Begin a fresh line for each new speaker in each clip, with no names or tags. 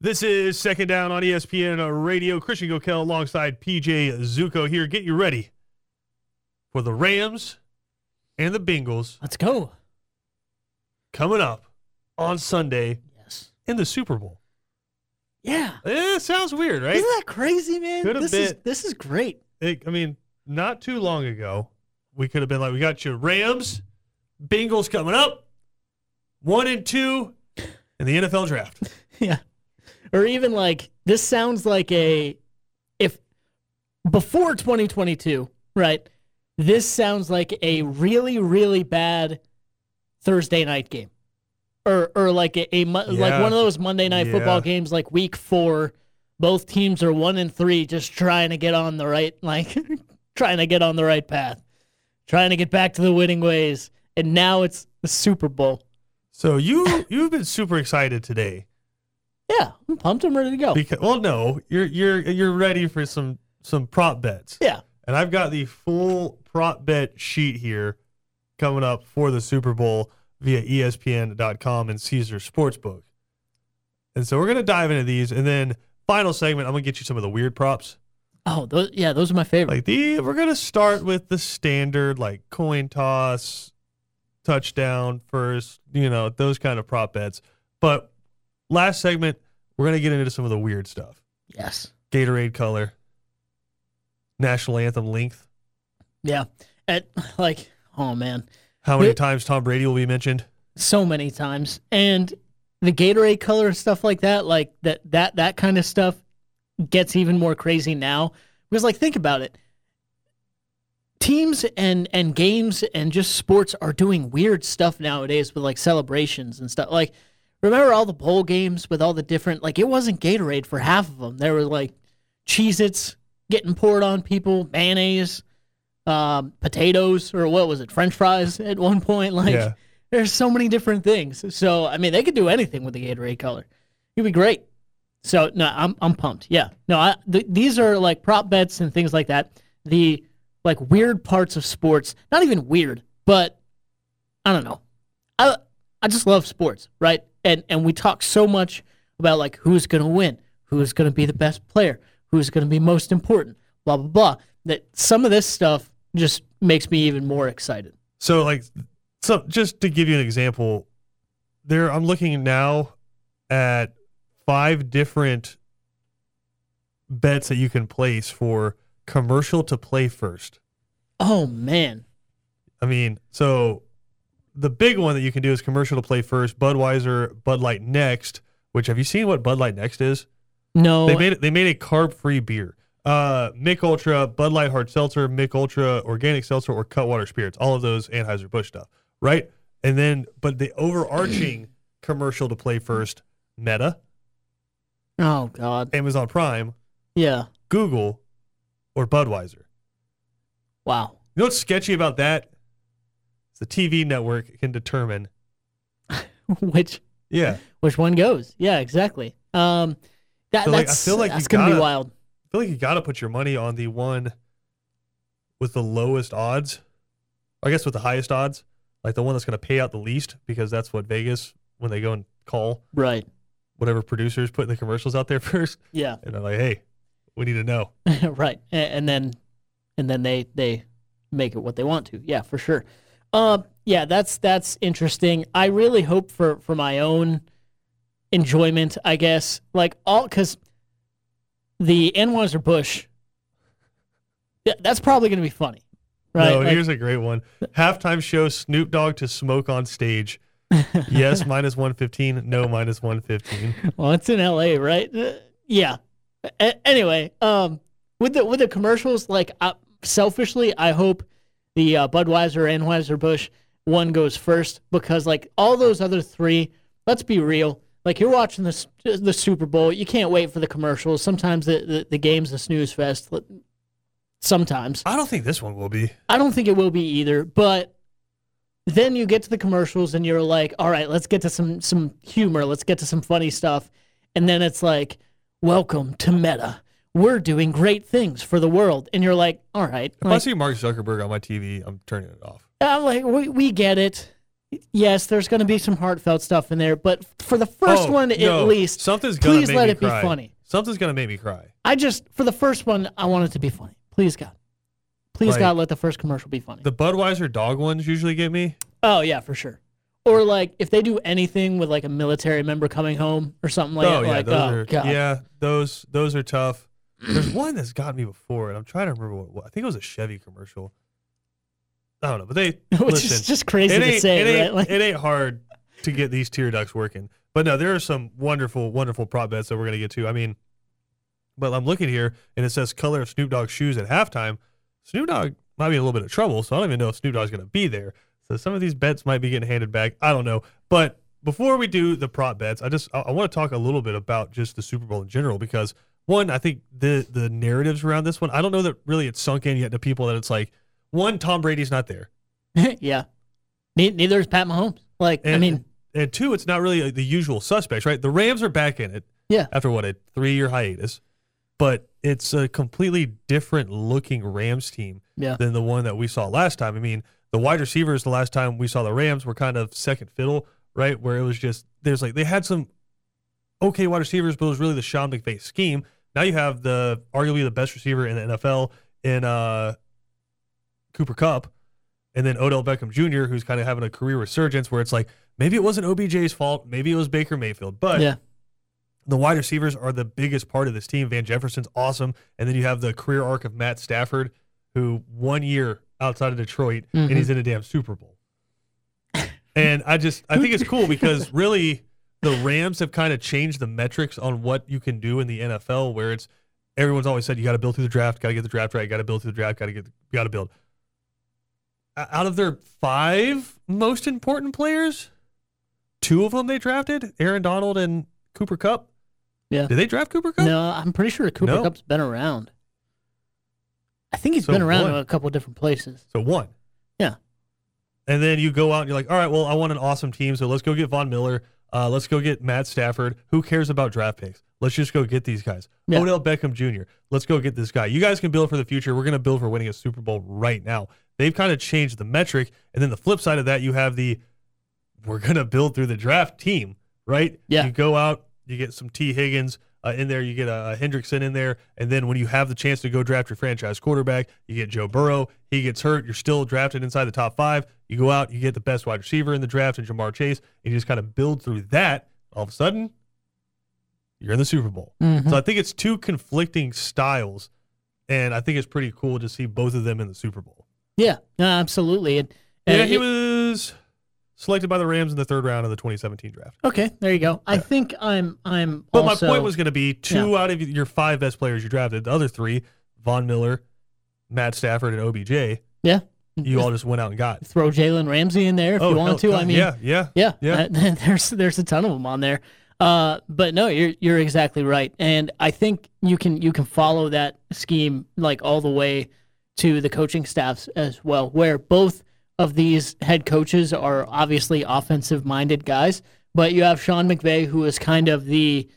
This is Second Down on E ESPN Radio. Christian Gokel alongside PJ Zuko here. Get you ready for the Rams and the Bengals
Let's go.
coming up on Sunday
Yes.
in the Super Bowl.
Yeah.
Eh, It sounds weird, right?
Isn't that crazy, man?
Could have
this is
been.
this is great.
It- I mean, not too long ago, we could have been like, we got you Rams, Bengals coming up, one and two in the NFL draft.
Yeah. Or even like this sounds like a if before 2022, right? This sounds like a really really bad Thursday night game. Or or like a, a mo- like
Yeah.
one of those Monday night
Yeah.
football games like week 4 both teams are 1 and 3 just trying to get on the right like trying to get on the right path. Trying to get back to the winning ways. And now it's the Super Bowl.
So you you've been super excited today
Yeah, I'm pumped. I'm ready to go.
because well no you're you're you're ready for some some prop bets
Yeah.
and I've got the full prop bet sheet here coming up for the Super Bowl via E ESPN.com and Caesar Sportsbook and so we're gonna dive into these and then final segment I'm gonna get you some of the weird props
Oh, those yeah, those are my favorite.
like the we're gonna start with the standard like coin toss touchdown first you know those kind of prop bets but last segment we're gonna get into some of the weird stuff.
yes.
Gatorade color, national anthem length,
Yeah. At like oh man,
how many
Yeah.
times Tom Brady will be mentioned.
so many times. And the Gatorade color and stuff like that, like that that that kind of stuff gets even more crazy now. Because like think about it. Teams and and games and just sports are doing weird stuff nowadays with like celebrations and stuff. Like remember all the bowl games with all the different like it wasn't Gatorade for half of them. There were like Cheez-Its getting poured on people, mayonnaise, um, potatoes, or what was it, French fries at one point. Like,
Yeah.
there's so many different things. So, I mean, they could do anything with the Gatorade color. It'd be great. So, no, I'm I'm pumped. Yeah, no, I, th- these are like prop bets and things like that. The like weird parts of sports, not even weird, but I don't know. I I just love sports, right? And and we talk so much about like who's gonna win, who's gonna be the best player, who's gonna be most important, blah blah blah. That some of this stuff just makes me even more excited.
So like so just to give you an example, there I'm looking now at five different bets that you can place for commercial to play first.
Oh man,
I mean, so the big one that you can do is commercial to play first, Budweiser, Bud Light next, which have you seen what Bud Light next is?
no,
They made it, they made a carb free beer. Uh, Mick Ultra, Bud Light Hard Seltzer, Mick Ultra Organic Seltzer, or Cutwater Spirits. All of those Anheuser Busch stuff, right? And then, but the overarching commercial to play first: Meta,
oh god,
Amazon Prime,
yeah,
Google, or Budweiser.
wow,
You know what's sketchy about that? It's the TV network can determine.
which
Yeah, I
which one goes? Yeah, exactly. Um, that
So, like, I
that's
feel like you
that's gonna be
gotta-
wild.
feel like you got to put your money on the one with the lowest odds. I guess with the highest odds, like the one that's going to pay out the least, because that's what Vegas when they go and call
Right.
whatever producers putting the commercials out there first,
Yeah.
and they're like, "Hey, we need to know."
right A- and then and then they they make it what they want to yeah for sure um yeah that's that's interesting i really hope for for my own enjoyment i guess like all because the anheuser bush yeah, that's probably going to be funny right
No,
Like,
here's a great one: halftime show Snoop Dogg to smoke on stage. yes, minus one fifteen. No, minus one fifteen.
well it's in la right Uh, yeah A- anyway um with the with the commercials like I, selfishly i hope the uh, budweiser anheuser busch one goes first because like all those other three let's be real like you're watching this the super bowl you can't wait for the commercials sometimes the, the, the game's a snooze fest Let- sometimes
I don't think this one will be.
I don't think it will be either, but then you get to the commercials and you're like, all right, let's get to some some humor, let's get to some funny stuff. And then it's like, welcome to Meta. We're doing great things for the world. And you're like, all right.
If I
Like,
see Mark Zuckerberg on my TV, I'm turning it off.
I'm like, we, we get it. yes, there's going to be some heartfelt stuff in there, but for the first
Oh,
one
no,
at least,
something's gonna
please
make
let
me
it be
cry.
funny.
Something's gonna make me cry.
I just for the first one, I want it to be funny. Please God, please
Like-
God, let the first commercial be funny.
The Budweiser dog ones usually get me.
oh yeah, for sure. Or like if they do anything with like a military member coming home or something like
oh
that,
yeah,
like
those
oh
are
god,
yeah those those are tough. There's one that's got me before, and I'm trying to remember what, what- I think it was a Chevy commercial. I don't know, but they
which
listen.
is just crazy
it
to
ain't,
say,
it ain't,
right? Like,
it ain't hard to get these tear ducts working. But no, there are some wonderful, wonderful prop bets that we're gonna get to. I mean, but I'm looking here and it says color of Snoop Dogg's shoes at halftime. Snoop Dogg might be in a little bit of trouble, so I don't even know if Snoop Dogg's gonna be there. So some of these bets might be getting handed back. I don't know. But before we do the prop bets, I just I, I want to talk a little bit about just the Super Bowl in general because one, I think the the narratives around this one, I don't know that really it's sunk in yet to people that it's like one, Tom Brady's not there.
yeah. Ne- neither is Pat Mahomes. Like I
And-
mean,
and two, it's not really uh, the usual suspects, right? The Rams are back in it.
Yeah.
After what a three-year hiatus, but it's a completely different looking Rams team
Yeah.
than the one that we saw last time. I mean, the wide receivers the last time we saw the Rams were kind of second fiddle, right? Where it was just there's like they had some okay wide receivers, but it was really the Sean McVay scheme. Now you have the arguably the best receiver in the NFL in uh, Cooper Cup, and then Odell Beckham Jr., who's kind of having a career resurgence where it's like maybe it wasn't OBJ's fault, maybe it was Baker Mayfield, but
yeah,
the wide receivers are the biggest part of this team. Van Jefferson's awesome, and then you have the career arc of Matt Stafford, who one year outside of Detroit,
Mhm.
and he's in a damn Super Bowl. and I just I think it's cool because really the Rams have kind of changed the metrics on what you can do in the NFL, where it's everyone's always said you got to build through the draft, got to get the draft right, got to build through the draft, got to get got to build. O- Out of their five most important players, two of them they drafted, Aaron Donald and Cooper Cup.
Yeah.
Did they draft Cooper Cup?
no, I'm pretty sure Cooper
No.
Cup's been around. I think he's
So
been around
one.
in a couple different places.
So one.
Yeah.
And then you go out and you're like, all right, well, I want an awesome team, so let's go get Von Miller. Uh, let's go get Matt Stafford. Who cares about draft picks? Let's just go get these guys.
Yeah.
Odell Beckham Jr. Let's go get this guy. You guys can build for the future. We're going to build for winning a Super Bowl right now. They've kind of changed the metric. And then the flip side of that, you have the we're going to build through the draft team, right?
Yeah.
You go out, you get some T. Higgins uh, in there, you get a, a Hendrickson in there, and then when you have the chance to go draft your franchise quarterback, you get Joe Burrow. He gets hurt, you're still drafted inside the top five. You go out, you get the best wide receiver in the draft, and Jamar Chase, and you just kind of build through that. All of a sudden, you're in the Super Bowl.
Mhm.
So I think it's two conflicting styles, and I think it's pretty cool to see both of them in the Super Bowl.
Yeah, no, absolutely. And, and
Yeah, he
it-
was selected by the Rams in the third round of the 2017 draft.
Okay, there you go. I think I'm I'm
But
also
my point was going to be two out of your five best players you drafted, the other three, Von Miller, Matt Stafford, and OBJ,
yeah.
you all just went out and got. Oh,
throw Jalen Ramsey in there if you want
hell,
to. I
God,
mean,
yeah, yeah.
yeah,
Yeah.
Uh, there's there's a ton of them on there. Uh, but no, you're you're exactly right, and I think you can you can follow that scheme like all the way to the coaching staffs as well, where both of these head coaches are obviously offensive minded guys, but you have Sean McVay who is kind of the,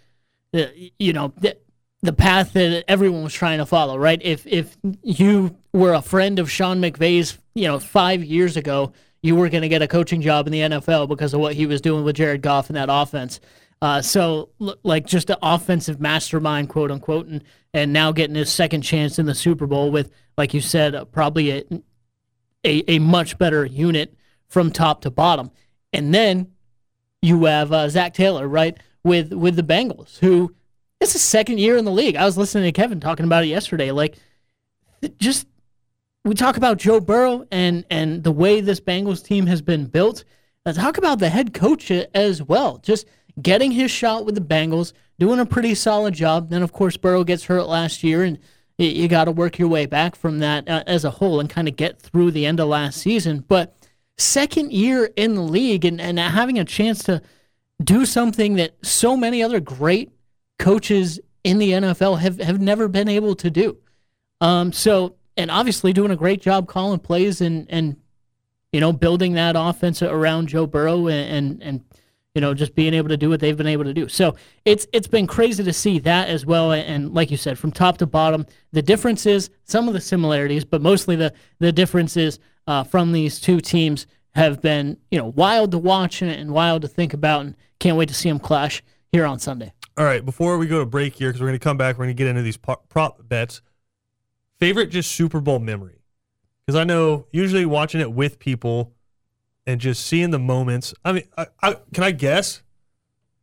the you know the, the path that everyone was trying to follow, right? If if you were a friend of Sean McVay's, you know, five years ago, you were going to get a coaching job in the NFL because of what he was doing with Jared Goff and that offense. Uh, so, l- like, just the offensive mastermind, quote unquote, and, and now getting his second chance in the Super Bowl with, like you said, uh, probably a, a, a much better unit from top to bottom. And then you have uh, Zach Taylor, right, with with the Bengals, who it's his second year in the league. I was listening to Kevin talking about it yesterday. Like, th- just we talk about Joe Burrow and and the way this Bengals team has been built. Now talk about the head coach a- as well. Just getting his shot with the Bengals, doing a pretty solid job. Then of course Burrow gets hurt last year, and y- you got to work your way back from that uh, as a whole and kind of get through the end of last season. But second year in the league and, and having a chance to do something that so many other great coaches in the NFL have, have never been able to do. Um, so, and obviously doing a great job calling plays and, and, you know, building that offense around Joe Burrow and, and, and, you know, just being able to do what they've been able to do. So it's, it's been crazy to see that as well. And like you said, from top to bottom, the differences, some of the similarities, but mostly the, the differences uh, from these two teams have been, you know, wild to watch and, and wild to think about, and can't wait to see them clash here on Sunday.
All right, before we go to break here, because we're going to come back, we're going to get into these po- prop bets. Favorite just Super Bowl memory? Because I know usually watching it with people and just seeing the moments. I mean, I, I, can I guess?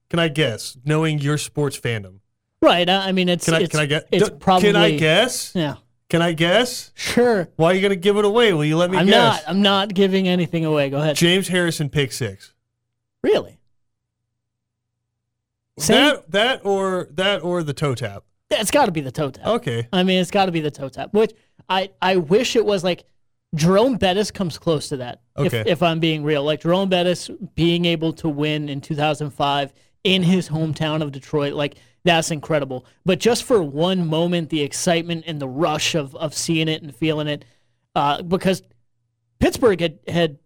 Can I guess? Knowing your sports fandom,
Right. I, I mean, it's
can I
it's,
can I guess?
it's
D-
probably
can I guess?
yeah.
Can I guess?
Sure.
Why are you going to give it away? Will you let me
I'm
guess?
not. I'm not giving anything away. Go ahead.
James Harrison pick six.
Really? Same?
That that or that or the toe tap.
Yeah, It's got to be the toe tap.
Okay.
I mean, it's got to be the toe tap. Which I I wish it was like Jerome Bettis comes close to that.
Okay.
If, if I'm being real, like Jerome Bettis being able to win in 2005 in his hometown of Detroit, like that's incredible. But just for one moment, the excitement and the rush of of seeing it and feeling it, uh, because Pittsburgh had had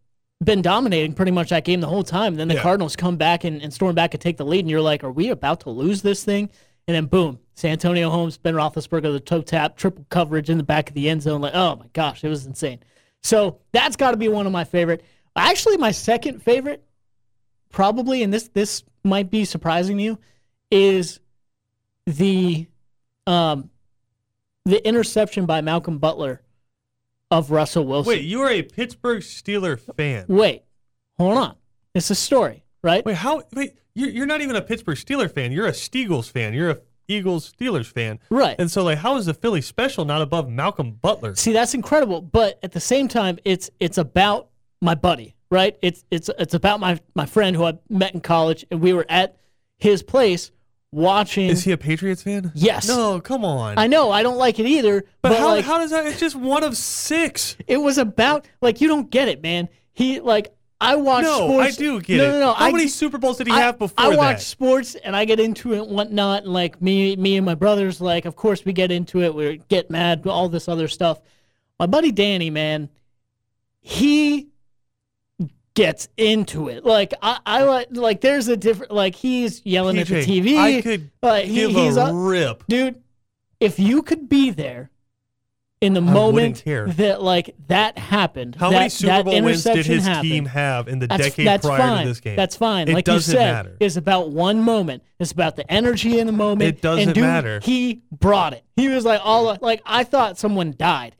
been dominating pretty much that game the whole time. Then the
Yeah.
Cardinals come back and, and storm back and take the lead, and you're like, are we about to lose this thing? And then boom, San Antonio Holmes, Ben Roethlisberger, the toe tap, triple coverage in the back of the end zone. Like, oh my gosh, it was insane. So that's got to be one of my favorite. Actually, my second favorite, probably, and this this might be surprising to you, is the um the interception by Malcolm Butler of Russell Wilson.
Wait, you are a Pittsburgh Steeler fan.
Wait, hold on. It's a story, right?
Wait, how? Wait, you're, you're not even a Pittsburgh Steeler fan. You're a Steagles fan. You're a Eagles Steelers fan.
Right.
And so, like, how is the Philly special not above Malcolm Butler?
See, that's incredible, but at the same time, it's it's about my buddy, right? It's it's it's about my my friend who I met in college, and we were at his place watching.
Is he a Patriots fan?
Yes.
No, come on.
I know I don't like it either, but,
but how,
like,
how does that? It's just one of six.
it was about like you don't get it, man. He like I watch
No,
sports.
I do get
no,
it.
No, no,
How
I
many
get-
Super Bowls did he
I,
have before
I watch
that?
sports and I get into it and whatnot. And like me, me and my brothers, like of course we get into it. We get mad, all this other stuff. My buddy Danny, man, he gets into it. Like I, I like- like there's a different. Like he's yelling
TJ,
at the TV.
I could
like, he-
give
he's
a
up-
rip.
dude. If you could be there in the moment
care.
that like that happened,
How
that,
many Super
that
Bowl wins did
interception
his
happened,
team have in the decade prior
fine.
to this game?
That's fine.
It
like
doesn't
you said,
matter.
it's about one moment. It's about the energy in the moment.
It doesn't
and dude,
matter.
He brought it. He was like all like I thought someone died.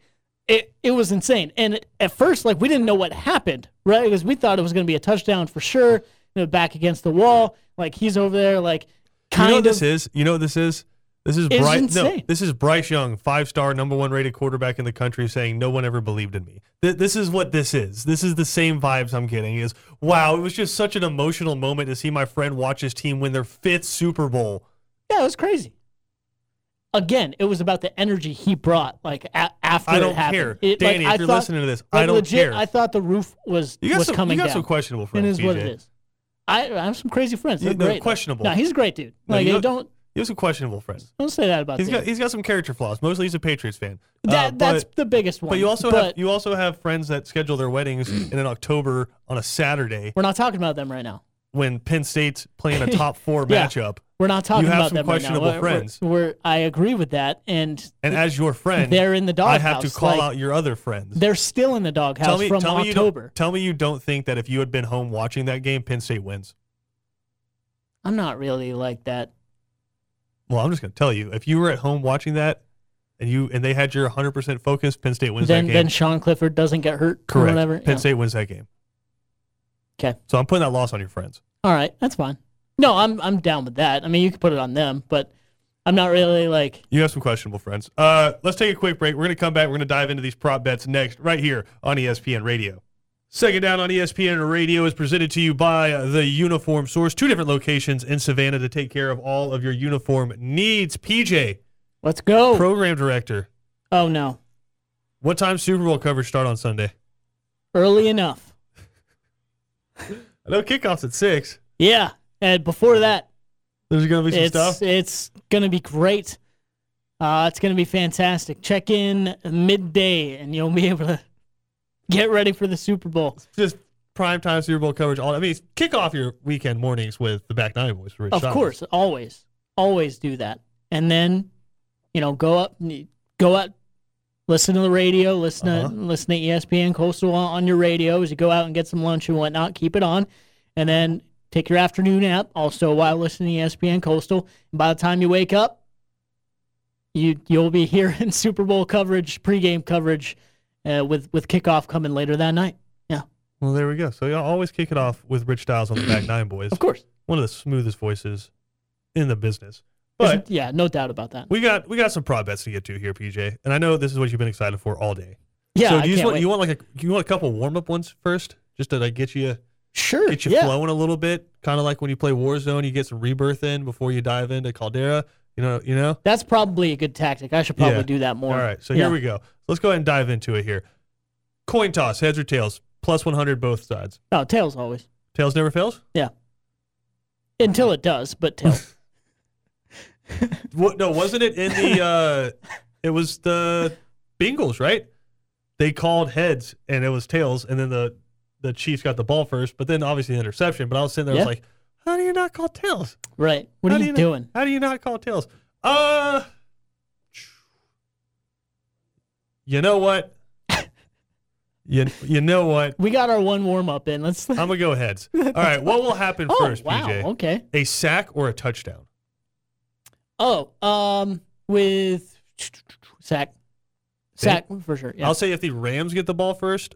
It it was insane. And it- at first, like we didn't know what happened, right? Because we thought it was going to be a touchdown for sure. You know, back against the wall. Like he's over there, like
You
kind
know what
of.
this is? You know what this is? This is
It's
Bryce. No,
insane.
this is Bryce Young, five-star, number one rated quarterback in the country, saying no one ever believed in me. Th- this is what this is. This is the same vibes I'm getting. Is wow, it was just such an emotional moment to see my friend watch his team win their fifth Super Bowl.
Yeah, it was crazy. Again, it was about the energy he brought, like a- after
I
it
don't
happened.
care,
It- like,
Danny.
I
if you're
thought-
listening to this,
like,
I don't
legit,
care.
I thought the roof was
you got
was
some.
coming
you got
down.
some questionable friends.
It is what it
TJ.
is. I, I have some crazy friends.
Yeah,
They're
no,
great. though.
questionable.
No, he's a great dude.
No,
Like,
you
you
got-
don't
You have some questionable friends.
don't say that about
He's
him.
got he's got some character flaws. Mostly, he's a Patriots fan. Uh,
that, that's
but-
the biggest one.
But you also have
But
you also have friends that schedule their weddings in an October on a Saturday
we're not talking about them right now.
when Penn State's playing a top four
Yeah.
matchup.
We're not talking
have
about
some
them
questionable
right now. We're- we're-
friends.
We're, I agree with that, and
And as your friend,
they're in the
I
doghouse.
have to call
like,
out your other friends.
They're still in the doghouse
Tell me,
from
tell me you don't-
October.
tell me you don't think that if you had been home watching that game, Penn State wins.
I'm not really like that.
Well, I'm just going to tell you if you were at home watching that, and you and they had your 100 percent focus, Penn State wins
Then
that
then
game.
Sean Clifford doesn't get hurt or
Correct.
whatever.
Penn
Yeah.
State wins that game.
'Kay.
So I'm putting that loss on your friends.
All right, that's fine. No, I'm I'm down with that. I mean, you could put it on them, but I'm not really like
You have some questionable friends. Uh, let's take a quick break. We're going to come back. We're going to dive into these prop bets next, right here on E ESPN Radio. Second down on E ESPN Radio is presented to you by uh, the Uniform Source. Two different locations in Savannah to take care of all of your uniform needs. PJ,
let's go.
program director.
oh no,
What time Super Bowl coverage start on Sunday?
early enough.
I know kickoffs at six.
Yeah, and before that,
There's going to be some
it's
stuff.
it's gonna be great. Uh, it's gonna be fantastic. Check in midday, and you'll be able to get ready for the Super Bowl.
Just prime time Super Bowl coverage. All I mean, kick off your weekend mornings with the back nine boys. For Rich
Of
Simons.
course, always, always do that, and then you know go up, go out Listen to the radio. Listen
Uh-huh.
to listen to E ESPN Coastal on, on your radio as you go out and get some lunch and whatnot. Keep it on, and then take your afternoon nap. Also, while listening to E ESPN Coastal, and by the time you wake up, you you'll be hearing Super Bowl coverage, pregame coverage, uh, with with kickoff coming later that night. Yeah,
Well, there we go. So y'all always kick it off with Rich Styles on the back nine, boys.
of course.
One of the smoothest voices in the business.
There's-
But
yeah, no doubt about that.
we got we got some prop bets to get to here, PJ. And I know this is what you've been excited for all day.
Yeah,
So
I
do you just
can't
want
wait.
you want like a you want a couple warm up ones first, just to like get you
sure.
get you
yeah.
flowing a little bit, kind of like when you play Warzone, you get some rebirth in before you dive into Caldera. You know, you know.
That's probably a good tactic. I should probably
Yeah.
do that more.
All right, so
yeah.
here we go. Let's go ahead and dive into it here. Coin toss, heads or tails, plus one hundred both sides.
Oh, tails always.
Tails never fails.
Until it does, but tails.
What, no, wasn't it in the? uh It was the Bengals, right? They called heads and it was tails, and then the the Chiefs got the ball first, but then obviously the interception. But I was sitting there, I
Yeah.
was like, how do you not call tails?
right. What
How
are
do
you
you know-
doing?
How do you not call tails? Uh, you know what? you you know what?
We got our one warm up in. Let's.
I'm gonna go heads. All right, what will happen
oh
first,
wow.
PJ?
Okay.
A sack or a touchdown?
Oh, um, with sack, sack for sure. Yeah,
I'll say if the Rams get the ball first,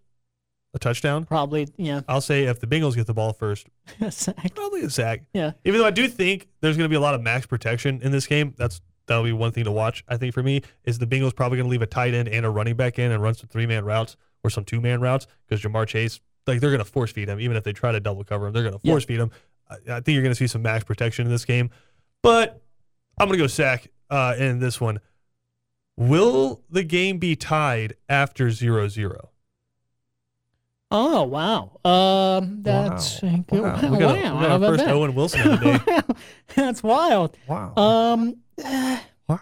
a touchdown.
probably. Yeah,
I'll say if the Bengals get the ball first,
sack.
probably a sack.
Yeah.
Even though I do think there's going to be a lot of max protection in this game, that's that'll be one thing to watch. I think for me is the Bengals probably going to leave a tight end and a running back in and run some three man routes or some two man routes because Jamar Chase like they're going to force feed him even if they try to double cover him they're going to
Yeah.
force feed him. I, I think you're going to see some max protection in this game, but I'm going to go sack uh, in this one. Will the game be tied after 0-0?
Oh wow. Um, that's
Wow.
good.
Wow.
We got, a- we
Wow,
got
how
our
about
first
that?
Owen Wilson of the day.
that's wild.
Wow.
Um,
wow.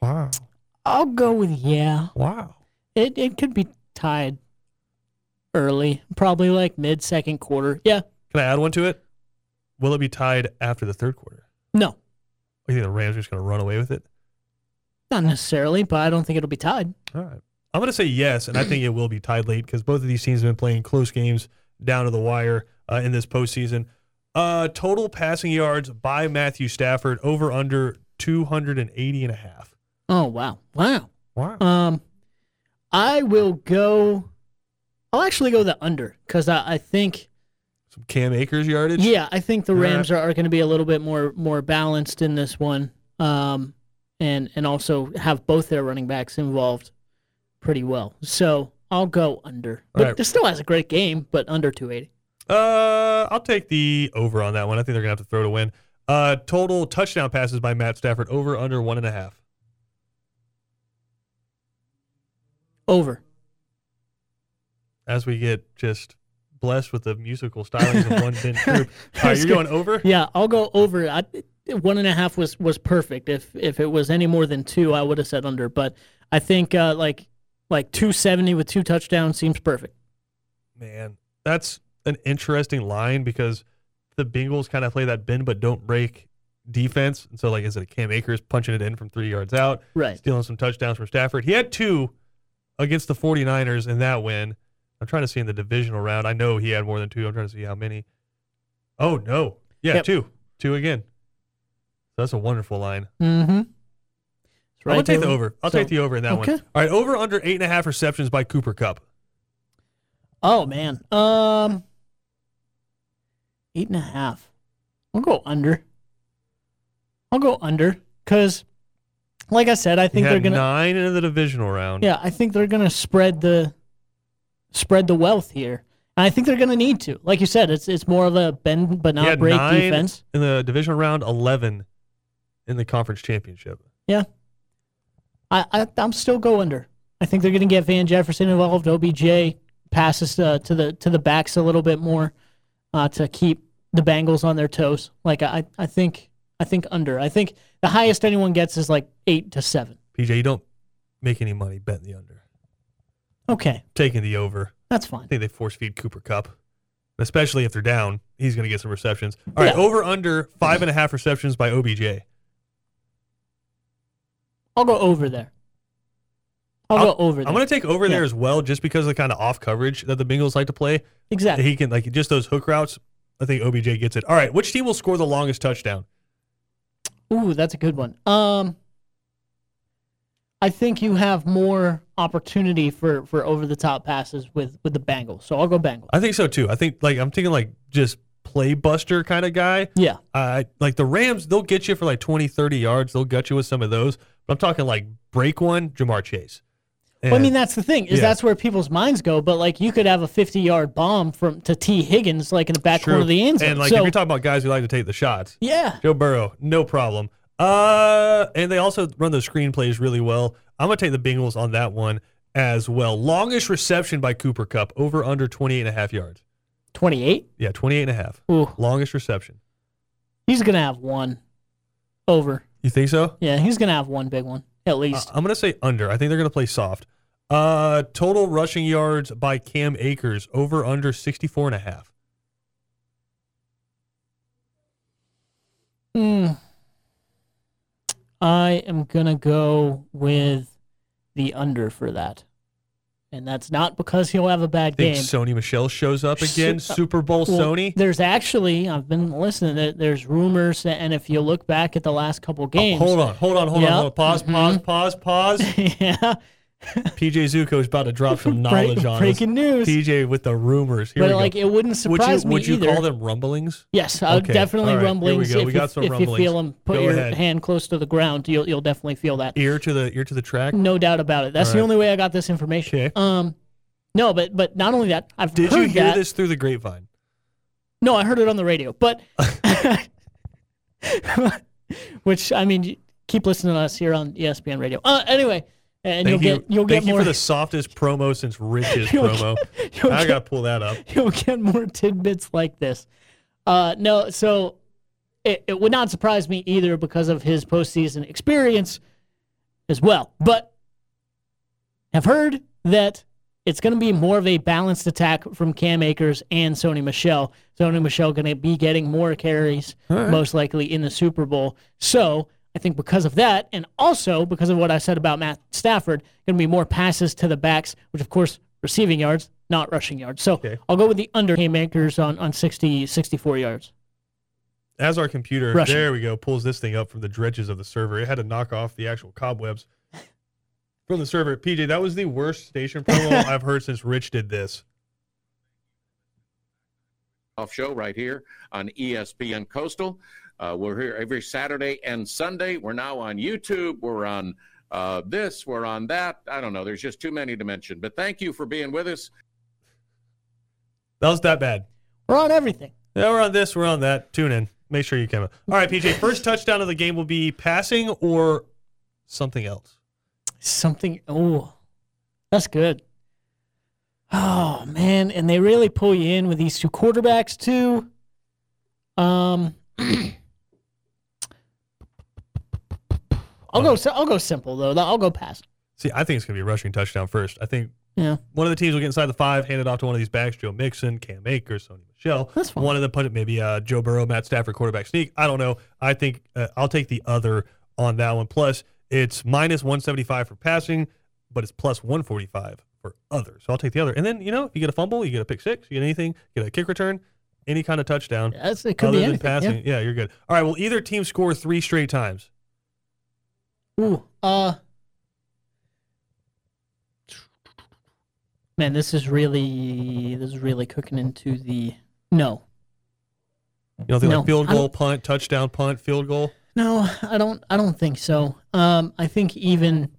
Wow.
I'll go with yeah.
Wow.
It it could be tied early, probably like mid second quarter. Yeah.
Can I add one to it? Will it be tied after the third quarter?
No,
I think the Rams are just going to run away with it.
not necessarily, but I don't think it'll be tied.
All right. I'm going to say yes, and I think it will be tied late because both of these teams have been playing close games down to the wire uh, in this postseason. Uh, total passing yards by Matthew Stafford over under 280 and a half.
Oh wow, wow.
Wow.
Um, I will go. I'll actually go the under because I, I think
Some Cam Akers yardage.
yeah I think the
All right.
Rams are, are going to be a little bit more more balanced in this one. Um, and and also have both their running backs involved pretty well. So I'll go under, but
right.
it still has a great game, but under two eighty.
Uh, I'll take the over on that one. I think they're going to have to throw to win. Uh, total touchdown passes by Matt Stafford over under one and a half.
Over.
as we get just blessed with the musical stylings of one bent group. All right,
That's
you're going
good.
over?
Yeah, I'll go over. I, one and a half was was perfect. If if it was any more than two, I would have said under. But I think uh, like like two seventy with two touchdowns seems perfect.
Man, that's an interesting line because the Bengals kind of play that bend but don't break defense. And so, like, is it a Cam Akers punching it in from three yards out,
Right.
stealing some touchdowns from Stafford? He had two against the 49ers in that win. I'm trying to see in the divisional round. I know he had more than two. I'm trying to see how many. Oh, no. Yeah,
Yep.
two. Two again. So that's a wonderful line.
Mm-hmm.
I'm gonna take the over. I'll
So-
take the over in that one.
okay.
All right, over under eight and a half receptions by Cooper Cup.
Oh man. Um. Eight and a half. I'll go under. I'll go under because, like I said, I
He
think
had
they're gonna.
nine in the divisional round.
Yeah, I think they're gonna spread the spread the wealth here. And I think they're gonna need to. Like you said, it's it's more of a bend but
he
not
had
break
nine
defense.
in the divisional round, eleven in the conference championship.
Yeah. I, I I'm still go under. I think they're gonna get Van Jefferson involved, OBJ passes uh, to the to the backs a little bit more uh, to keep the Bengals on their toes. Like I, I think I think under. I think the highest anyone gets is like eight to seven.
PJ, you don't make any money betting the under.
Okay.
Taking the over.
That's fine.
I think they force feed Cooper Cup. Especially if they're down, he's gonna get some receptions. All right,
Yeah.
over under five and a half receptions by OBJ.
I'll go over there. I'll,
I'll-
go over there.
I'm going to take over there
Yeah.
as well, just because of the kind of off coverage that the Bengals like to play.
exactly.
He can like just those hook routes. I think OBJ gets it. All right, which team will score the longest touchdown?
Ooh, that's a good one. Um, I think you have more opportunity for for over the top passes with with the Bengals. So I'll go Bengals.
I think so too. I think like I'm thinking like just play buster kind of guy.
Yeah,
Uh, like the Rams, they'll get you for like 20, 30 yards. They'll gut you with some of those. But I'm talking like break one, Jamar Chase.
Well, I
And-
mean that's the thing is
Yeah.
that's where people's minds go. But like you could have a 50 yard bomb from to T Higgins like in the back corner
True.
of the end zone.
And like if
so
you're talking about guys who like to take the shots,
yeah,
Joe Burrow, no problem. Uh, and they also run those screenplays really well. I'm gonna take the Bengals on that one as well. Longest reception by Cooper Cup over under 28 and a half yards.
28.
Yeah, 28 and a half.
Ooh,
Longest reception.
he's gonna have one over.
You think so?
Yeah, he's gonna have one big one at
Uh,
least.
I'm gonna say under. I think they're gonna play soft. Uh, total rushing yards by Cam Akers over under 64 and a half.
Hmm. I am gonna go with the under for that, and that's not because he'll have a bad
Think
game.
Sony Michelle shows up again?
Su-
Super Bowl
Well,
Sony.
There's actually I've been listening. There, there's rumors, and if you look back at the last couple games,
Oh, Hold on, hold on, hold
Yep.
on,
Mm-hmm.
hold on. Pause, pause, pause, pause.
yeah,
PJ Zuko is about to drop some
break-
knowledge on us.
breaking news.
PJ with the rumors. Here
but
we
like,
go.
it wouldn't
Would
surprise
you would
me
you
either.
call them rumblings?
yes, I would
Okay,
definitely
all right, here we
rumblings.
go.
If,
We got
if-
some
if
rumblings.
you feel them, put
Go
your
ahead.
hand close to the ground. You'll you'll definitely feel that.
Ear to the ear to the track.
No doubt about it. That's the
All right.
only way I got this information.
Okay.
Um, no, but but not only that, I've
Did
heard
you hear
that.
this through the grapevine?
No, I heard it on the radio, but which I mean, you- keep listening to us here on ESPN Radio. Uh, anyway, and
Thank
you'll
you.
get you'll
Thank
get
you
more
for the softest promo since Rich's
You'll
promo.
you'll,
I
get,
gotta pull that up.
you'll get more tidbits like this. Uh, no, so it, it would not surprise me either because of his postseason experience as well. But I've heard that it's going to be more of a balanced attack from Cam Akers and Sony Michelle. Sony Michelle going to be getting more carries, most likely in the Super Bowl. So I think because of that, and also because of what I said about Matt Stafford, going to be more passes to the backs, which of course receiving yards, not rushing yards. So
Okay.
I'll go with the under Cam Akers on on 60, 64 yards.
as our computer,
Russian.
there we go, pulls this thing up from the dredges of the server. It had to knock off the actual cobwebs from the server. PJ, that was the worst station promo I've heard since Rich did this.
off show right here on E ESPN Coastal. Uh, we're here every Saturday and Sunday. We're now on YouTube. We're on uh, this. We're on that. I don't know. There's just too many to mention. But thank you for being with us.
That was that bad.
We're on everything.
Yeah, we're on this, we're on that. Tune in. Make sure you come up. All right, PJ, first touchdown of the game will be passing or something else.
Something. Oh, that's good. Oh man, and they really pull you in with these two quarterbacks too. Um, I'll go. si- I'll go simple though. I'll go pass.
See, I think it's going to be a rushing touchdown first. I think
Yeah,
one of the teams will get inside the five, hand it off to one of these backs, Joe Mixon, Cam Akers, Sony Michelle.
That's fine.
One of them put it maybe uh, Joe Burrow, Matt Stafford, quarterback sneak. I don't know. I think uh, I'll take the other on that one. Plus, it's minus 175 for passing, but it's plus 145 for other. So I'll take the other. And then, you know, if you get a fumble, you get a pick six, you get anything, you get a kick return, any kind of touchdown
that's, it could
other
be
than
anything.
passing. Yeah. you're good. All right, well, either team score three straight times.
Yeah. Ooh. Uh. Man, this is really this is really cooking into the no.
You know, think
No,
like field
I don't-
goal, punt, touchdown, punt, field goal.
No, I don't. I don't think so. Um, I think even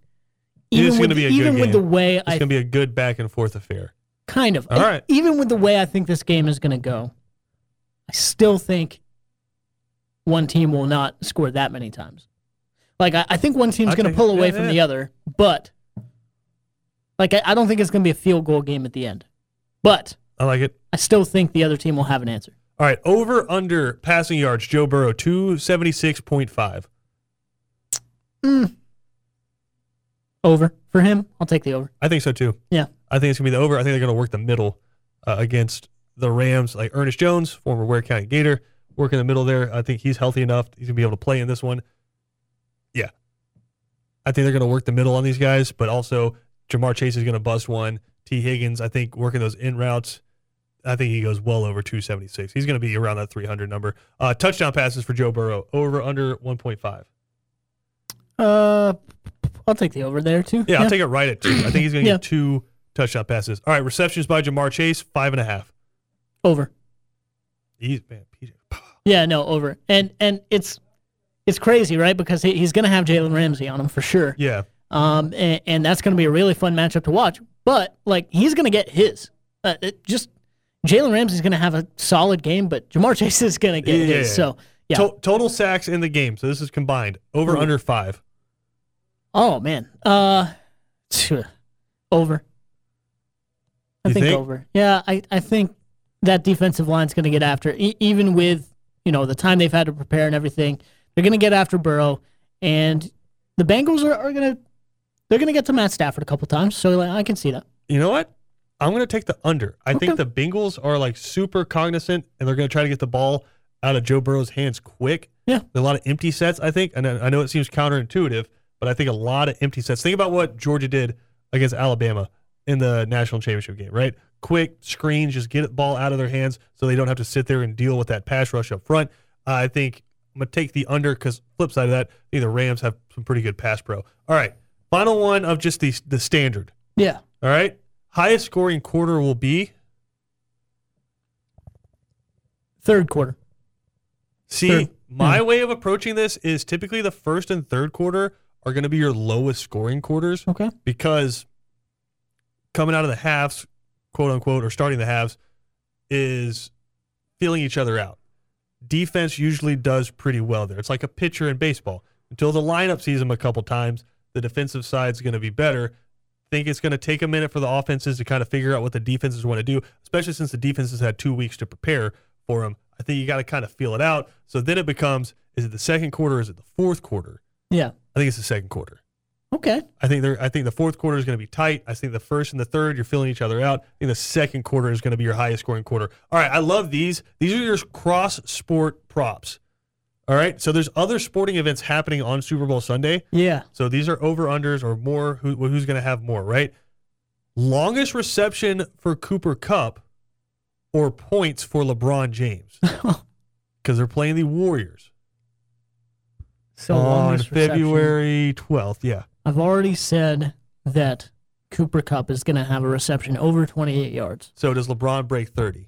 It is
even
gonna
with
be a good
even with
game.
the way
It's
I
going to be a good back and forth affair.
kind of
All
e-
right.
even with the way I think this game is going to go, I still think one team will not score that many times. Like I, I think one team's
I
going to
think-
pull away
yeah,
from
yeah.
the other, but like I, I don't think it's going to be a field goal game at the end. But
I like it.
I still think the other team will have an answer.
All right, over under passing yards, Joe Burrow, 276.5.
Over for him. I'll take the over.
I think so too.
Yeah.
I think it's going to be the over. I think they're going to work the middle uh, against the Rams. Like Ernest Jones, former Ware County Gator, working the middle there. I think he's healthy enough. He's going to be able to play in this one. Yeah. I think they're going to work the middle on these guys, but also Jamar Chase is going to bust one. T. Higgins, I think, working those in routes, I think he goes well over 276. He's going to be around that 300 number. Uh, touchdown passes for Joe Burrow, over under 1.5.
Uh, I'll take the over there too.
Yeah, I'll take it right at two. I think he's going to
Yeah.
get two touchdown passes. All right, receptions by Jamar Chase, five and a half.
over.
He's man, PJ.
Yeah, no, over. And and it's it's crazy, right? Because he, he's going to have Jalen Ramsey on him for sure.
Yeah,
Um, and, and that's going to be a really fun matchup to watch. But like, he's going to get his. Uh, it just Jalen Ramsey's going to have a solid game, but Jamar Chase is going to get
Yeah, yeah,
his.
yeah.
So yeah.
To- total sacks in the game. So this is combined over
Ooh.
under five.
oh man. Uh, over. I
You
think,
think?
over. Yeah, I, I think that defensive line's going to get after it. E- even with you know the time they've had to prepare and everything. They're going to get after Burrow, and the Bengals are, are going to they're going to get to Matt Stafford a couple times. So like, I can see that.
You know what? I'm going to take the under. I think
Okay.
the Bengals are like super cognizant and they're going to try to get the ball out of Joe Burrow's hands quick.
Yeah.
There are a lot of empty sets, I think. And I I know it seems counterintuitive, but I think a lot of empty sets. Think about what Georgia did against Alabama in the national championship game, right? Quick screens, just get the ball out of their hands so they don't have to sit there and deal with that pass rush up front. Uh, I think I'm going to take the under because, flip side of that, I think the Rams have some pretty good pass pro. All right. Final one of just the, the standard.
Yeah.
All right. Highest scoring quarter will be
Third quarter.
see
Third.
my way of approaching this is typically the first and third quarter are going to be your lowest scoring quarters
Okay.
because coming out of the halves, quote unquote, or starting the halves is feeling each other out. Defense usually does pretty well there. It's like a pitcher in baseball. Until the lineup sees them a couple times, the defensive side's going to be better. Think it's going to take a minute for the offenses to kind of figure out what the defenses want to do, especially since the defenses had two weeks to prepare for them. I think you got to kind of feel it out. So then it becomes: is it the second quarter? Or is it the fourth quarter?
Yeah.
I think it's the second quarter.
Okay.
I think they're, I think the fourth quarter is going to be tight. I think the first and the third, you're filling each other out. I think the second quarter is going to be your highest scoring quarter. All right, I love these. These are your cross sport props. All right, so there's other sporting events happening on Super Bowl Sunday.
Yeah.
So these are over unders or more. Who, who's going to have more? Right? Longest reception for Cooper Cup, or points for LeBron James, because they're playing the Warriors
So
on
longest reception.
February 12th. Yeah.
I've already said that Cooper Cup is going to have a reception over 28 yards.
So does LeBron break 30?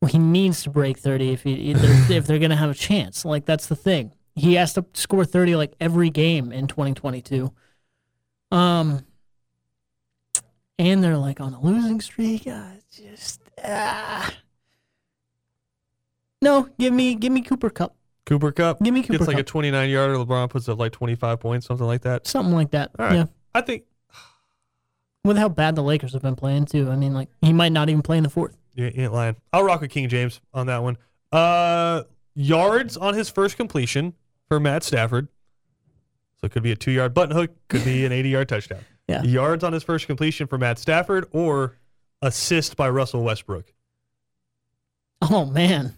Well, he needs to break 30 if he if they're, if they're going to have a chance. Like that's the thing. He has to score 30 like every game in 2022. Um, and they're like on a losing streak. Uh, it's just ah. no, give me give me Cooper Cup,
Cooper Cup.
Give me
Gets
Cooper
like a
Kupp.
29 yarder. LeBron puts up like 25 points, something like that.
something like that.
All right.
Yeah.
I think.
With how bad the Lakers have been playing too, I mean, like he might not even play in the fourth.
You ain't lying. I'll rock with King James on that one. Uh, yards on his first completion for Matt Stafford. So it could be a two yard button hook, could be an 80 yard touchdown.
Yeah.
Yards on his first completion for Matt Stafford or assist by Russell Westbrook.
Oh man,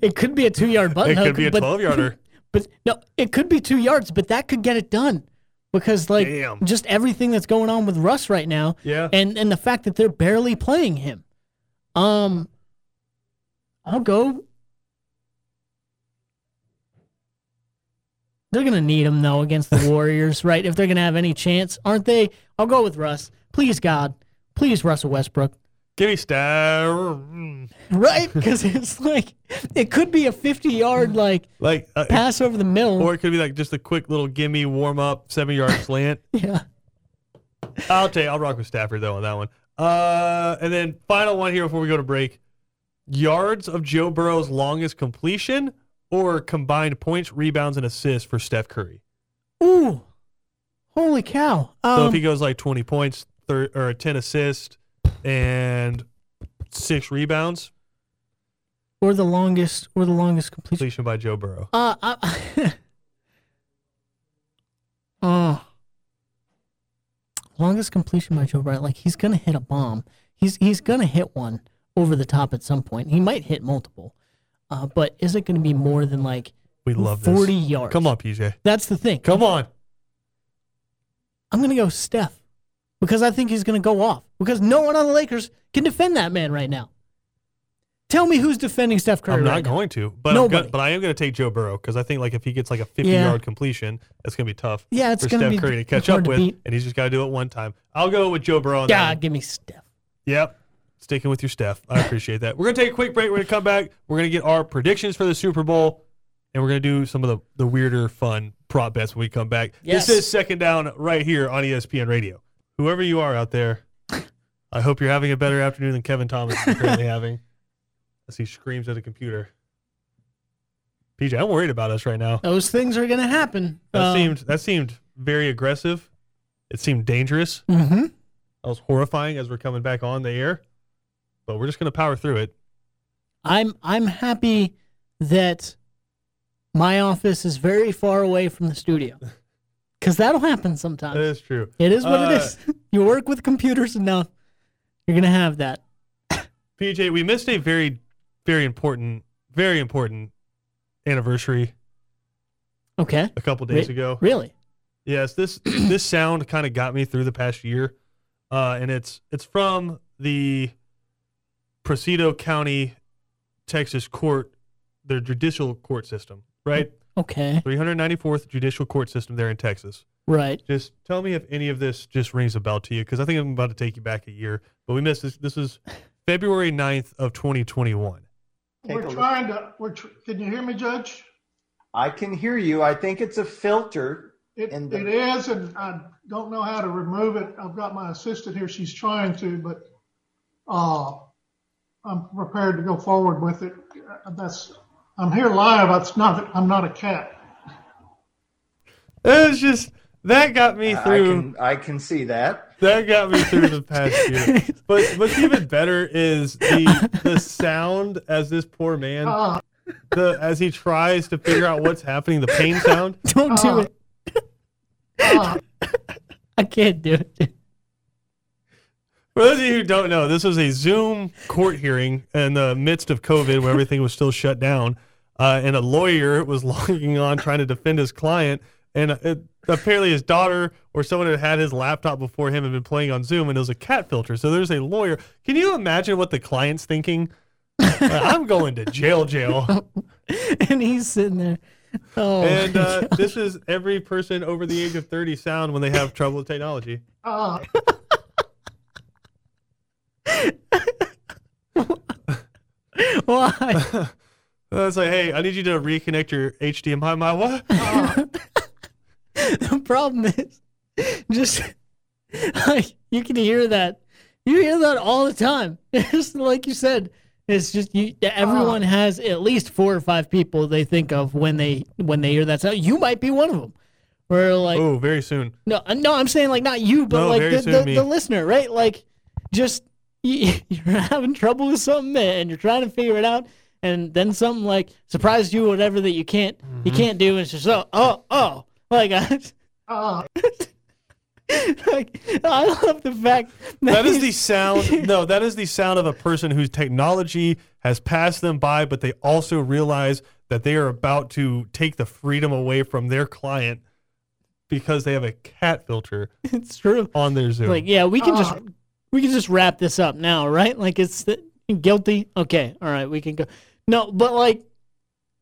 it could be a two-yard button.
it could
hook,
be a
but-
12 yarder.
but no, it could be two yards, but that could get it done because like
Damn.
just everything that's going on with Russ right now,
Yeah.
and and the fact that they're barely playing him. Um, I'll go. They're gonna need him though against the Warriors, right? If they're gonna have any chance, aren't they? I'll go with Russ. Please God, please Russell Westbrook.
Give me Stafford. Mm.
Right? Because it's like it could be a fifty-yard like
Like, uh,
pass over the middle.
or it could be like just a quick little gimme warm up, seven yard slant.
yeah.
I'll tell you, I'll rock with Stafford though on that one. Uh, and then final one here before we go to break: yards of Joe Burrow's longest completion, or combined points, rebounds, and assists for Steph Curry.
Ooh, holy cow! Um,
So if he goes like twenty points, thir- or ten assists, and six rebounds,
or the longest, or the longest completion.
completion by Joe Burrow.
Uh, I, oh, longest completion by Joe Bryant. Like he's gonna hit a bomb. He's he's gonna hit one over the top at some point. He might hit multiple, uh, but is it gonna be more than like
We love this.
forty yards?
Come on, PJ.
that's the thing.
Come on.
I'm going to go Steph because I think he's going to go off because no one on the Lakers can defend that man right now. Tell me who's defending Steph Curry.
I'm not
right now.
going to, but I'm gonna,
Nobody.
but I am going to take Joe Burrow because I think like if he gets like a 50
Yeah.
yard completion, that's going to be tough.
Yeah, it's
for
gonna
Steph
be
Curry to
d-
catch
hard
up
to
with,
beat.
and he's just got to do it one time. I'll go with Joe Burrow. On that one.
God, give me Steph.
Yep. Sticking with your Steph. I appreciate that. We're going to take a quick break. We're going to come back. We're going to get our predictions for the Super Bowl, and we're going to do some of the, the weirder, fun prop bets when we come back.
Yes.
This is Second Down right here on E ESPN Radio. Whoever you are out there, I hope you're having a better afternoon than Kevin Thomas is currently having as he screams at a computer. PJ, I'm worried about us right now.
Those things are going to happen.
That
Um,
seemed that seemed very aggressive. It seemed dangerous.
mhm.
That was horrifying as we're coming back on the air, but we're just going to power through it.
I'm I'm happy that my office is very far away from the studio because that'll happen sometimes.
That is true.
It is what
Uh,
it is. You work with computers enough, you're gonna have that.
PJ, we missed a very, very important, very important anniversary
Okay.
a couple days
Re-
ago.
Really?
Yes, this this sound kind of got me through the past year, uh, and it's it's from the Presidio County, Texas court, their judicial court system, right?
Mm-hmm. Okay.
394th Judicial Court System there in Texas.
Right.
just tell me if any of this just rings a bell to you because I think I'm about to take you back a year, but we missed this. This is February 9th of 2021.
We're
Take a look.
trying to, we're, tr- can you hear me, Judge?
I can hear you. I think it's a filter.
It,
And
it is, and I don't know how to remove it. I've got my assistant here. She's trying to, but, uh, I'm prepared to go forward with it. Uh, That's, I'm here live. That's not, I'm not a cat.
It was just that got me
I
through.
can I can see that.
That got me through the past year. But what's even better is the the sound as this poor man
Oh.
Uh,
the as he tries to figure out what's happening. The pain sound.
Don't do
Uh.
it.
uh,
I can't do it.
For those of you who don't know, this was a Zoom court hearing in the midst of COVID, where everything was still shut down, uh, and a lawyer was logging on trying to defend his client, and uh, it, apparently his daughter or someone had had his laptop before him and been playing on Zoom, and it was a cat filter. So there's a lawyer. Can you imagine what the client's thinking? Like, I'm going to jail, jail.
And he's sitting there. Oh.
And uh, this is every person over the age of 30 sound when they have trouble with technology.
uh,
Why?
Uh, It's like, hey, I need you to reconnect your HDMI. My what?
the problem is, just like you can hear that. You hear that all the time. It's like you said. It's just you.
Ah.
Everyone has at least four or five people they think of when they when they hear that sound. You might be one of them. Where like
Oh, very soon.
No, uh, no, I'm saying like not you, but
No,
like
very
the,
soon
the,
me.
the listener, right? Like, just you, you're having trouble with something and you're trying to figure it out, and then something like surprised you, whatever that you can't
Mm-hmm.
you can't do, and it's just oh oh oh, like I,
uh,
like I love the fact that,
That is
he's-
the sound. No, that is the sound of a person whose technology has passed them by, but they also realize that they are about to take the freedom away from their client because they have a cat filter
it's true.
on their Zoom.
Like yeah, we can just we can just wrap this up now, right? Like it's the, guilty. Okay, all right, we can go. No, but like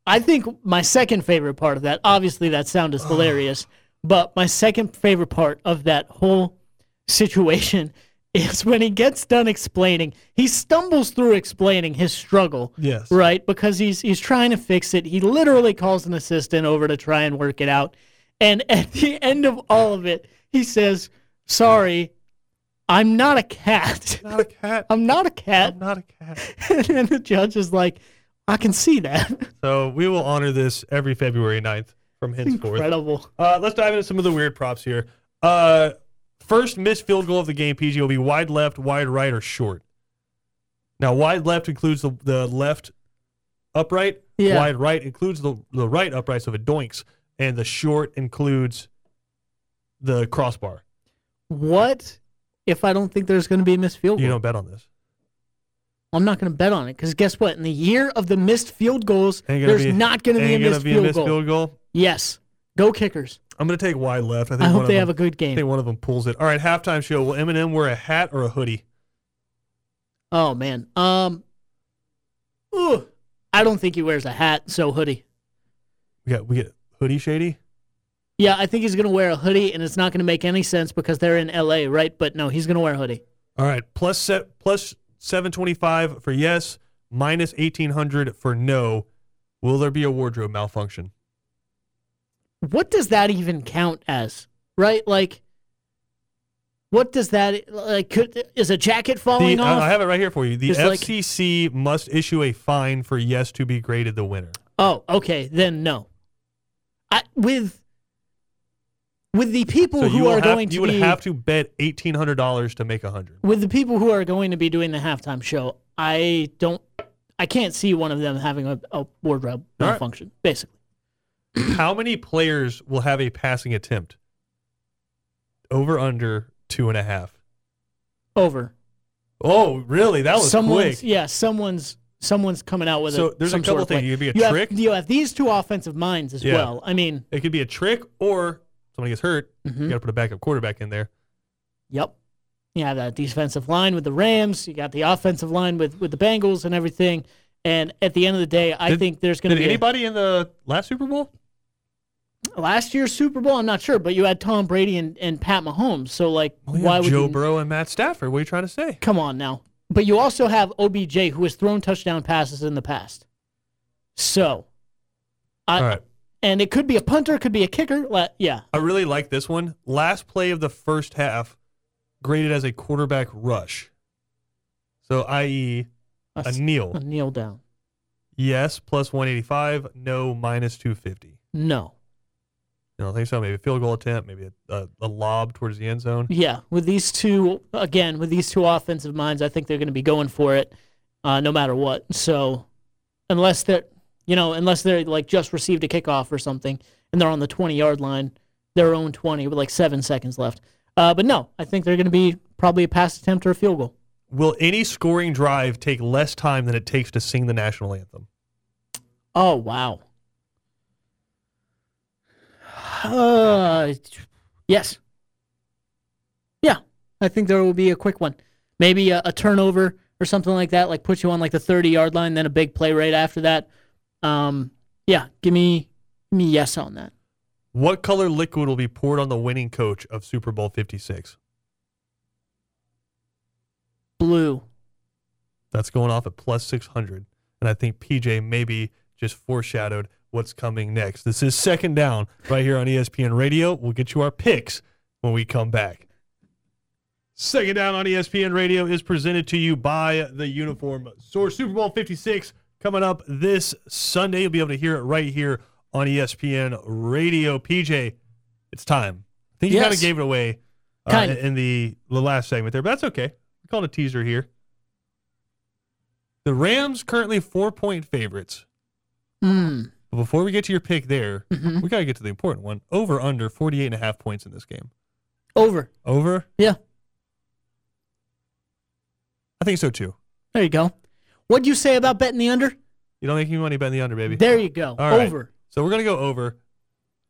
I think my second favorite part of that, obviously that sound is hilarious, but my second favorite part of that whole situation is when he gets done explaining, he stumbles through explaining his struggle.
yes.
Right, because he's he's trying to fix it. He literally calls an assistant over to try and work it out. And at the end of all of it, he says, "Sorry, I'm not a cat.
Not a cat.
I'm not a cat."
I'm not a cat.
And then the judge is like, "I can see that.
So we will honor this every February 9th from henceforth.
Incredible."
Uh, let's dive into some of the weird props here. Uh, first missed field goal of the game, PG, will be wide left, wide right, or short. Now, wide left includes the, the left upright.
Yeah.
Wide right includes the, the right upright, so it doinks. And the short includes the crossbar.
What if I don't think there's going to be a missed field goal?
You don't bet on this.
I'm not going to bet on it because guess what? In the year of the missed field goals,
Ain't gonna
there's
be-
not going to be a
Ain't gonna
missed, field, goal.
field goal.
Yes, go kickers.
I'm going to take wide left. I think
I
one
hope they
of
have
them,
a good
I
game.
think one of them pulls it. All right, halftime show. Will Eminem wear a hat or a hoodie?
Oh man. Um. ooh, I don't think he wears a hat, so hoodie.
We got we get hoodie shady.
Yeah, I think he's gonna wear a hoodie, and it's not gonna make any sense because they're in L.A., right? But no, he's gonna wear a hoodie.
All right, plus se- plus 725 for yes, minus 1800 for no. Will there be a wardrobe malfunction?
What does that even count as? Right? Like, what does that like? Could is a jacket falling
The- uh,
off?
I I have it right here for you. The
It's like-
FCC must issue a fine for yes to be graded the winner.
Oh, okay, then no. I with with the people
So you
who
will
are
have,
going
you
to
would
be
have to bet eighteen hundred dollars to make a hundred.
with the people who are going to be doing the halftime show. I don't. I can't see one of them having a, a wardrobe
right.
malfunction. Basically,
How many players will have a passing attempt? Over under two and a half.
over.
Oh, really? That was
someone's
quick.
yeah. Someone's someone's coming out with
So
a,
there's a
some
couple
sort of
things.
play.
You could be a
you
trick.
Have, you have these two offensive minds as
Yeah.
well. I mean,
It could be a trick or somebody gets hurt. You
mhm.
got to put a backup quarterback in there.
yep. You have that defensive line with the Rams. You got the offensive line with with the Bengals and everything. And at the end of the day, I
Did-
think there's going
Did
to be a-
anybody in the last Super Bowl?
last year's Super Bowl, I'm not sure, but you had Tom Brady and, and Pat Mahomes. So like
Well, you
Oh, why
have
would
Oh, Joe
you
Burrow and Matt Stafford? What are you trying to say?
come on now? But you also have OBJ who has thrown touchdown passes in the past. So I
All right.
and it could be a punter, it could be a kicker. Like, yeah.
I really like this one. Last play of the first half, graded as a quarterback rush. So, i.e.,
A,
a
s- a
kneel.
kneel down.
Yes, plus 185. No, minus 250.
No.
I don't think so. Maybe a field goal attempt, maybe a, a, a lob towards the end zone.
Yeah. With these two again, with these two offensive minds, I think they're gonna be going for it, uh, no matter what. So unless they're you know, unless they're like just received a kickoff or something and they're on the 20 yard line, their own 20 with like seven seconds left. Uh, but no, I think they're going to be probably a pass attempt or a field goal.
Will any scoring drive take less time than it takes to sing the national anthem?
Oh, wow. Uh, yes. Yeah, I think there will be a quick one. Maybe a, a turnover or something like that, like put you on like the 30 yard line, then a big play right after that. Um, yeah, give me, give me yes on that.
What color liquid will be poured on the winning coach of Super Bowl 56?
Blue.
That's going off at plus 600. And I think PJ maybe just foreshadowed what's coming next. This is second down right here on E ESPN Radio. We'll get you our picks when we come back. Second down on E ESPN Radio is presented to you by the Uniform Source. Super Bowl 56 coming up this Sunday. You'll be able to hear it right here on E ESPN Radio. PJ, it's time. I think you kind of
Yes.
gave it away uh,
Kinda.
in the, the last segment there, but that's okay. We called a teaser here. The Rams currently four point favorites.
Mm.
But before we get to your pick there,
Mhm.
we got to get to the important one. Over under 48 and a half points in this game.
Over.
Over?
Yeah.
I think so too.
There you go. What'd you say about betting the under?
You don't make any money betting the under, baby.
There you go.
All right.
Over.
So we're going to go over.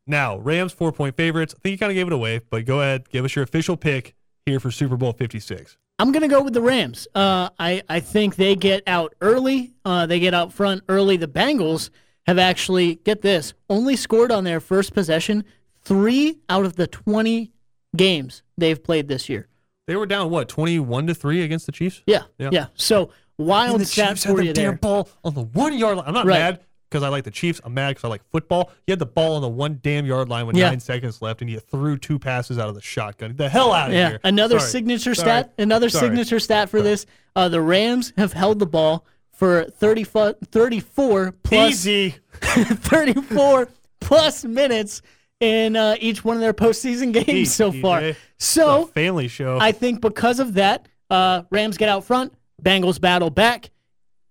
Now, Rams four point favorites. I think you kind of gave it away, but go ahead. Give us your official pick here for Super Bowl 56.
I'm gonna go with the Rams. Uh, I I think they get out early. Uh, they get out front early. The Bengals have actually get this only scored on their first possession three out of the 20 games they've played this year.
They were down, what, 21 to 3 against the Chiefs?
Yeah,
Yeah.
yeah. So
And
wild
the
stat
Chiefs had
for
the
you
damn
there.
ball on the one yard line. I'm not
Right.
mad because I like the Chiefs. I'm mad because I like football. You had the ball on the one damn yard line with
Yeah.
nine seconds left, and you threw two passes out of the shotgun. Get The hell out of
Yeah,
here!
another
Sorry.
signature
Sorry.
stat. Another
Sorry.
signature stat for this. Uh, the Rams have held the ball for 30 fu- 34 plus
Easy.
34 plus minutes in uh, each one of their postseason games
Jeez,
so
DJ.
far.
It's a
So
family show.
I think because of that, uh, Rams get out front, Bengals battle back.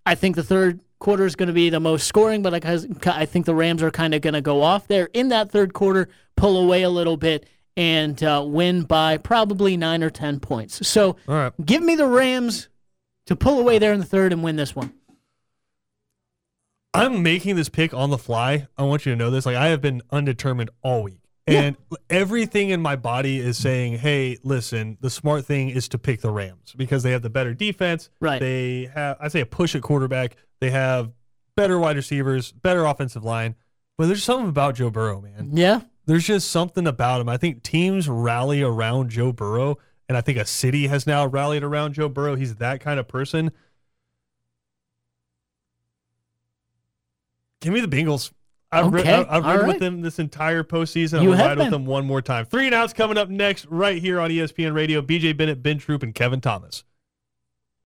I think the third quarter is going to be the most scoring, but I guys- I think the Rams are kind of going to go off there in that third quarter, pull away a little bit, and uh, win by probably nine or 10 points. So
All right.
give me the Rams to pull away there in the third and win this one.
I'm making this pick on the fly. I want you to know this. Like I have been undetermined all week, And everything in my body is saying, "Hey, listen, the smart thing is to pick the Rams because they have the better defense.
Right.
They have, I say, a push at quarterback. They have better wide receivers, better offensive line. But there's something about Joe Burrow, man.
Yeah.
There's just something about him. I think teams rally around Joe Burrow, and I think a city has now rallied around Joe Burrow. He's that kind of person. Give me the Bengals. I've,
Okay,
ri- I've, I've
all
ridden
right.
with them this entire postseason. I'm
You
going to
have
ride with them
been.
E one more time. Three and outs coming up next, right here on ESPN Radio. BJ Bennett, Ben Troop, and Kevin Thomas.